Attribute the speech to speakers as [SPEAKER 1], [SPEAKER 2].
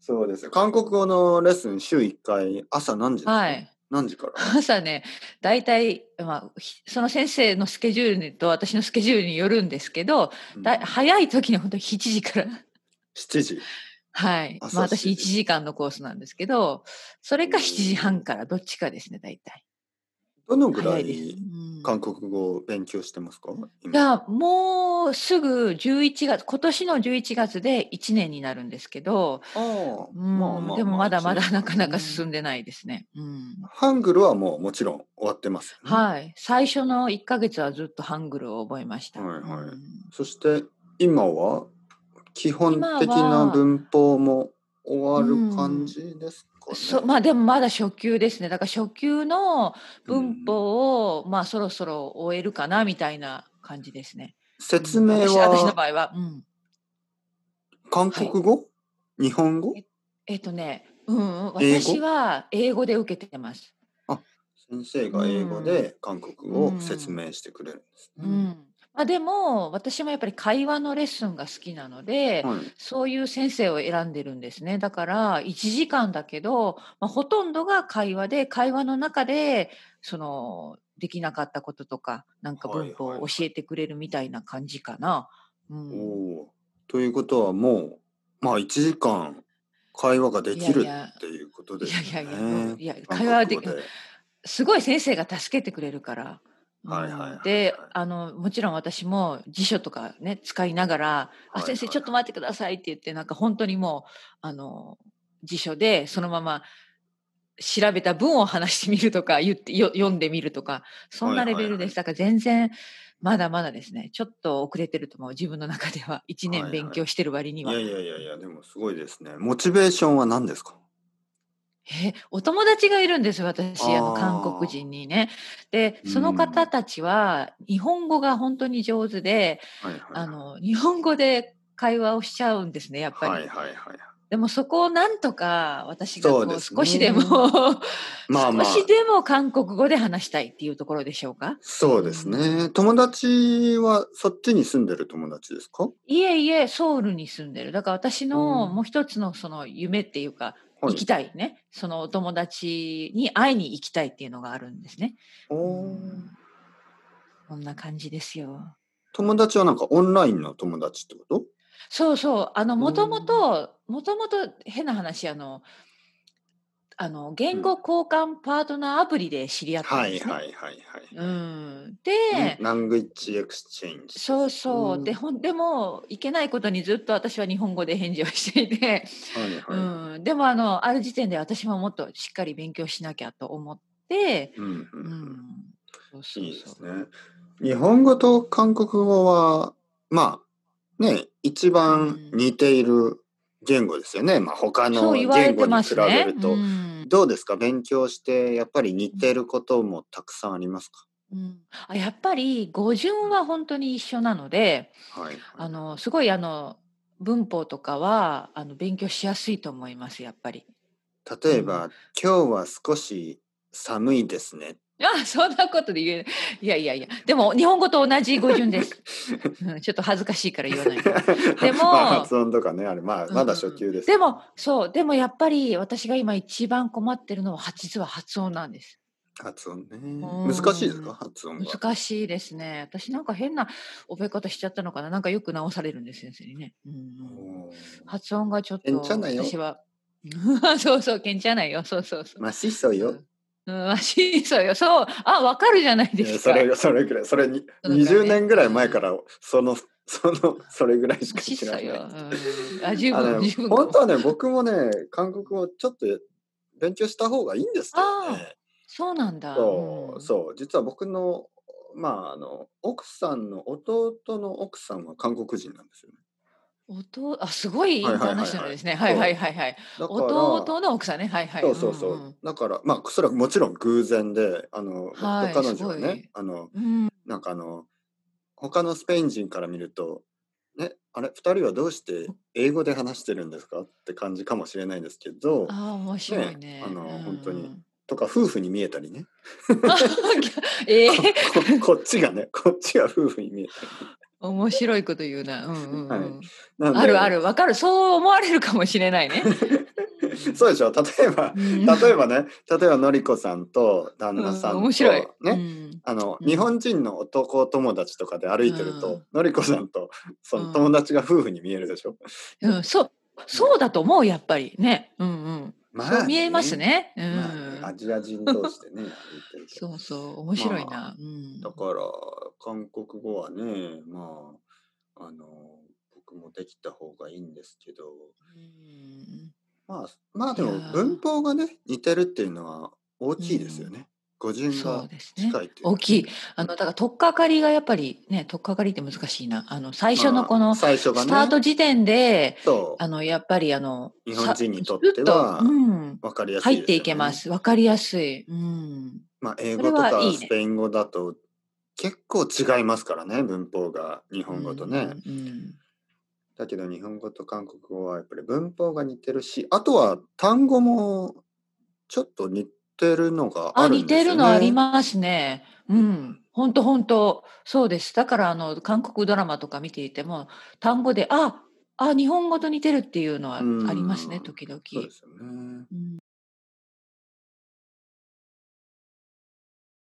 [SPEAKER 1] そうです。韓国語のレッスン週1回、朝何時ですか
[SPEAKER 2] はい。
[SPEAKER 1] 何時から
[SPEAKER 2] 朝ね、大体、まあ、ひその先生のスケジュールと私のスケジュールによるんですけど、
[SPEAKER 1] うん
[SPEAKER 2] だ早い時に本当に7時から。
[SPEAKER 1] ?7 時。
[SPEAKER 2] はい。
[SPEAKER 1] 朝
[SPEAKER 2] まあ
[SPEAKER 1] 7時
[SPEAKER 2] 私1時間のコースなんですけど、それか7時半からどっちかですね、大体。
[SPEAKER 1] どのぐら
[SPEAKER 2] 早いです。
[SPEAKER 1] いう韓国語を勉強してますか
[SPEAKER 2] ん、
[SPEAKER 1] 今
[SPEAKER 2] がもうすぐ11月、今年の11月で1年になるんですけど、
[SPEAKER 1] あー
[SPEAKER 2] うんでもまだまだなかなか進
[SPEAKER 1] うん
[SPEAKER 2] んでないですね。うん
[SPEAKER 1] ハングルはもうもちろん終わってますよね、
[SPEAKER 2] はい。最初の1ヶ月はずっとハングルを覚えました。
[SPEAKER 1] はいはい
[SPEAKER 2] うん
[SPEAKER 1] そして今は基本的
[SPEAKER 2] 今
[SPEAKER 1] な
[SPEAKER 2] は
[SPEAKER 1] 文法も終わる感じですかね。
[SPEAKER 2] そうまあでもまだ初級ですねだから初級の文法を、まあそろそろ終えるかなみたいな感じですね。
[SPEAKER 1] 説明
[SPEAKER 2] 私私の
[SPEAKER 1] は
[SPEAKER 2] 場合は、うん、
[SPEAKER 1] 韓国語、日本語
[SPEAKER 2] えっ、とね、うんうん、
[SPEAKER 1] 英語
[SPEAKER 2] 私は英語で受けてます。
[SPEAKER 1] 先生が英語で韓国語を説明してくれるんです
[SPEAKER 2] う
[SPEAKER 1] ね。
[SPEAKER 2] んまあ、でも私もやっぱり会話のレッスンが好きなので、
[SPEAKER 1] はい、
[SPEAKER 2] そういう先生を選んでるんですね。だから1時間だけど、まあ、ほとんどが会話で、会話の中で、その、できなかったこととか、なんか
[SPEAKER 1] はいはい
[SPEAKER 2] 文法を教えてくれるみたいな感じかな。
[SPEAKER 1] お
[SPEAKER 2] うん
[SPEAKER 1] おーということはもう、まあ、1時間会話ができる
[SPEAKER 2] いやいや
[SPEAKER 1] っていうことで
[SPEAKER 2] い
[SPEAKER 1] す
[SPEAKER 2] や
[SPEAKER 1] ね。
[SPEAKER 2] いやいや、うんいや、
[SPEAKER 1] 韓
[SPEAKER 2] 会
[SPEAKER 1] 国
[SPEAKER 2] 話はで
[SPEAKER 1] 語で。
[SPEAKER 2] すごい先生が助けてくれるから。うん
[SPEAKER 1] はいはいはいはい
[SPEAKER 2] であのもちろん私も辞書とかね使いながら「
[SPEAKER 1] はいはい
[SPEAKER 2] あ先生ちょっと待ってください」って言ってなんか本当にもうあの辞書でそのまま調べた文を話してみるとか言ってよ読んでみるとかそんなレベルでしたから全然まだまだですねちょっと遅れてると思う自分の中では1
[SPEAKER 1] はいは
[SPEAKER 2] 年
[SPEAKER 1] い
[SPEAKER 2] 勉強してる割に
[SPEAKER 1] い
[SPEAKER 2] は。
[SPEAKER 1] やいやいやいや、でもすごいですね。モチベーションは何ですか
[SPEAKER 2] えお友達がいるんです私あの
[SPEAKER 1] あ
[SPEAKER 2] 韓
[SPEAKER 1] ー
[SPEAKER 2] 国人にね。でその方たちは日本語が本当に上手で、
[SPEAKER 1] はいはいはい。
[SPEAKER 2] あの日本語で会話をしちゃうんですねやっぱり、
[SPEAKER 1] はいはいはいはい。
[SPEAKER 2] でもそこをなんとか私がこ
[SPEAKER 1] そう
[SPEAKER 2] う
[SPEAKER 1] ですね
[SPEAKER 2] 少しでも
[SPEAKER 1] まあまあ
[SPEAKER 2] 少、しでも韓国語で話したいっていうところでしょうか
[SPEAKER 1] そうですね。友達はそっちに住んでる友達ですか
[SPEAKER 2] いえいえソウルに住んでるだから私の
[SPEAKER 1] うん
[SPEAKER 2] もう一つのその夢っていうか、
[SPEAKER 1] はい
[SPEAKER 2] 行きたいねそのお友達に会いに行きたいっていうのがあるんですね
[SPEAKER 1] おー
[SPEAKER 2] こんな感じですよ。
[SPEAKER 1] 友達はなんかオンラインの友達ってこと
[SPEAKER 2] そうそう、あの、
[SPEAKER 1] ん
[SPEAKER 2] もともと、もともと変な話、あの。あの、言語交換パートナーアプリで知り合った
[SPEAKER 1] は
[SPEAKER 2] ん
[SPEAKER 1] い
[SPEAKER 2] です、ね。
[SPEAKER 1] はいはいはい。
[SPEAKER 2] うん、
[SPEAKER 1] ね
[SPEAKER 2] で、
[SPEAKER 1] ラングイッチエクスチェンジ。
[SPEAKER 2] そうそう、
[SPEAKER 1] うん
[SPEAKER 2] で、ほん、で も、いけないことにずっと私は日本語で返事をしていて。
[SPEAKER 1] はいは
[SPEAKER 2] うん、でも、あの、ある時点で、私ももっとしっかり勉強しなきゃと思って。
[SPEAKER 1] い。うんう
[SPEAKER 2] うん
[SPEAKER 1] うん。
[SPEAKER 2] ん、そうそうそう
[SPEAKER 1] いいですね。日本語と韓国語は、まあ、ね、一番似ている言語ですよね。まあ、他
[SPEAKER 2] そ
[SPEAKER 1] の
[SPEAKER 2] う言われ
[SPEAKER 1] 言語
[SPEAKER 2] てま
[SPEAKER 1] に比
[SPEAKER 2] す
[SPEAKER 1] べ
[SPEAKER 2] ね。
[SPEAKER 1] ると
[SPEAKER 2] う。ん
[SPEAKER 1] どうですか勉強して、やっぱり似てることもたくさんあります
[SPEAKER 2] うん、あやっぱり語順は本当に一緒なので
[SPEAKER 1] かはい。
[SPEAKER 2] あのすごいあの文法とかはあの勉強しやすいと思いますやっぱり。
[SPEAKER 1] 例えば、今日は少し寒いですね。
[SPEAKER 2] あそんなことで言えないいやいやいやでも日本語と同じ語順 です、うんちょっと恥ずかしいから言わないけどでも
[SPEAKER 1] まあ発音とかね、あれ、 まあ、まだ初級です、
[SPEAKER 2] でもそうでもやっぱり私が今一番困ってるのは実は発音なんです
[SPEAKER 1] 発音ね。
[SPEAKER 2] ん
[SPEAKER 1] 難しいですか発音が。
[SPEAKER 2] 難しいですね私なんか変な覚え方しちゃったのかななんかよく直されるんです先生にね、うんうん
[SPEAKER 1] おー
[SPEAKER 2] 発音がちょっ
[SPEAKER 1] けん
[SPEAKER 2] と
[SPEAKER 1] ちゃないよ
[SPEAKER 2] 私は そうそうけんちゃないよそうそうそう、
[SPEAKER 1] まあ、しそうよ。
[SPEAKER 2] うん、うん、しそうよそうあわかるじゃないで
[SPEAKER 1] いや
[SPEAKER 2] す
[SPEAKER 1] そ
[SPEAKER 2] か
[SPEAKER 1] れそれぐらいそれに
[SPEAKER 2] そうだね
[SPEAKER 1] 20年ぐらい前からそのそのそれぐらいしか
[SPEAKER 2] し
[SPEAKER 1] 知ら
[SPEAKER 2] そ
[SPEAKER 1] な
[SPEAKER 2] うよ、
[SPEAKER 1] い。
[SPEAKER 2] うん、あ十
[SPEAKER 1] あの
[SPEAKER 2] 分
[SPEAKER 1] ね
[SPEAKER 2] 十分かも
[SPEAKER 1] 本当はね僕もね韓国語ちょっと勉強した方がいいんですけどね。
[SPEAKER 2] そうなんだ
[SPEAKER 1] そう,、
[SPEAKER 2] うん
[SPEAKER 1] そう実は僕のまああの奥さんの弟の奥さんは韓国人なんですよね。
[SPEAKER 2] 弟あすごいインターナショナルですね
[SPEAKER 1] は
[SPEAKER 2] はいい
[SPEAKER 1] は
[SPEAKER 2] はいい
[SPEAKER 1] は
[SPEAKER 2] はいはい
[SPEAKER 1] だから
[SPEAKER 2] 弟の奥さんねはいはい
[SPEAKER 1] そうそうそう、だからまあそれはもちろん偶然であの、僕と
[SPEAKER 2] はい
[SPEAKER 1] 彼女は
[SPEAKER 2] すご
[SPEAKER 1] ね
[SPEAKER 2] い
[SPEAKER 1] あの
[SPEAKER 2] うんうん、うん
[SPEAKER 1] なんかあの他のスペイン人から見るとねあれ2人はどうして英語で話してるんですかって感じかもしれないですけど
[SPEAKER 2] ああ面白いね
[SPEAKER 1] ねあの
[SPEAKER 2] うんうん
[SPEAKER 1] 本当 にとか夫婦に見えたりね
[SPEAKER 2] ええ
[SPEAKER 1] ここっちがねこっちが夫婦に見えたり
[SPEAKER 2] 面白いこと言うな。うんうんうん
[SPEAKER 1] はいなんで
[SPEAKER 2] あるあ。る、わかる。そう思われるかもしれないね。
[SPEAKER 1] そうでしょ例えば、
[SPEAKER 2] うん
[SPEAKER 1] 例えばね、例えばのりこさんと旦那さんと、
[SPEAKER 2] うん面白い。
[SPEAKER 1] ね、
[SPEAKER 2] うん
[SPEAKER 1] あの、
[SPEAKER 2] うん
[SPEAKER 1] 日本人の男友達とかで歩いてると、
[SPEAKER 2] うん
[SPEAKER 1] のりこさんとその
[SPEAKER 2] うん
[SPEAKER 1] 友達が夫婦に見えるでしょ、
[SPEAKER 2] うん、そう、そうだと思う、やっぱりね。うんうん。そう見えます。ね。う
[SPEAKER 1] まあね
[SPEAKER 2] ん。
[SPEAKER 1] アジア人同士で ね、歩いてると。
[SPEAKER 2] そうそう、面白い
[SPEAKER 1] ま
[SPEAKER 2] な。うん
[SPEAKER 1] だ。から、韓国語はね、まあ、あの、僕もできた方がいいんですけど、
[SPEAKER 2] うん
[SPEAKER 1] まあ、まあでも
[SPEAKER 2] いやー
[SPEAKER 1] 文法がね、似てるっていうのは大きいですよね。語順
[SPEAKER 2] そ
[SPEAKER 1] が
[SPEAKER 2] うですね
[SPEAKER 1] 近いっていう。
[SPEAKER 2] 大きい。あの、だから、とっかかりがやっぱりね、とっかかりって難しいな。あの、最初のこ
[SPEAKER 1] まあ
[SPEAKER 2] の、ス
[SPEAKER 1] 最初が
[SPEAKER 2] タ
[SPEAKER 1] ね、
[SPEAKER 2] ート時点で、
[SPEAKER 1] そう
[SPEAKER 2] あの、やっぱりあの、
[SPEAKER 1] 日本人にとっ
[SPEAKER 2] さ
[SPEAKER 1] ては
[SPEAKER 2] ずっとうん、
[SPEAKER 1] わかりやすいですよね
[SPEAKER 2] 入っていけます。わかりやすい。うん。
[SPEAKER 1] まあ、英語と
[SPEAKER 2] それ
[SPEAKER 1] か
[SPEAKER 2] はいいね
[SPEAKER 1] スペイン語だと結構違いますからね文法が日本語とね、
[SPEAKER 2] うんうん
[SPEAKER 1] だけど日本語と韓国語はやっぱり文法が似てるしあとは単語もちょっと似てるのが
[SPEAKER 2] あ
[SPEAKER 1] あるんで
[SPEAKER 2] 似て
[SPEAKER 1] すよね
[SPEAKER 2] るのありますね。うん。本当本当そうです。だからあの韓国ドラマとか見ていても単語でああ日本語と似てるっていうのはありますね、
[SPEAKER 1] うん
[SPEAKER 2] 時々。
[SPEAKER 1] そうですよね
[SPEAKER 2] うん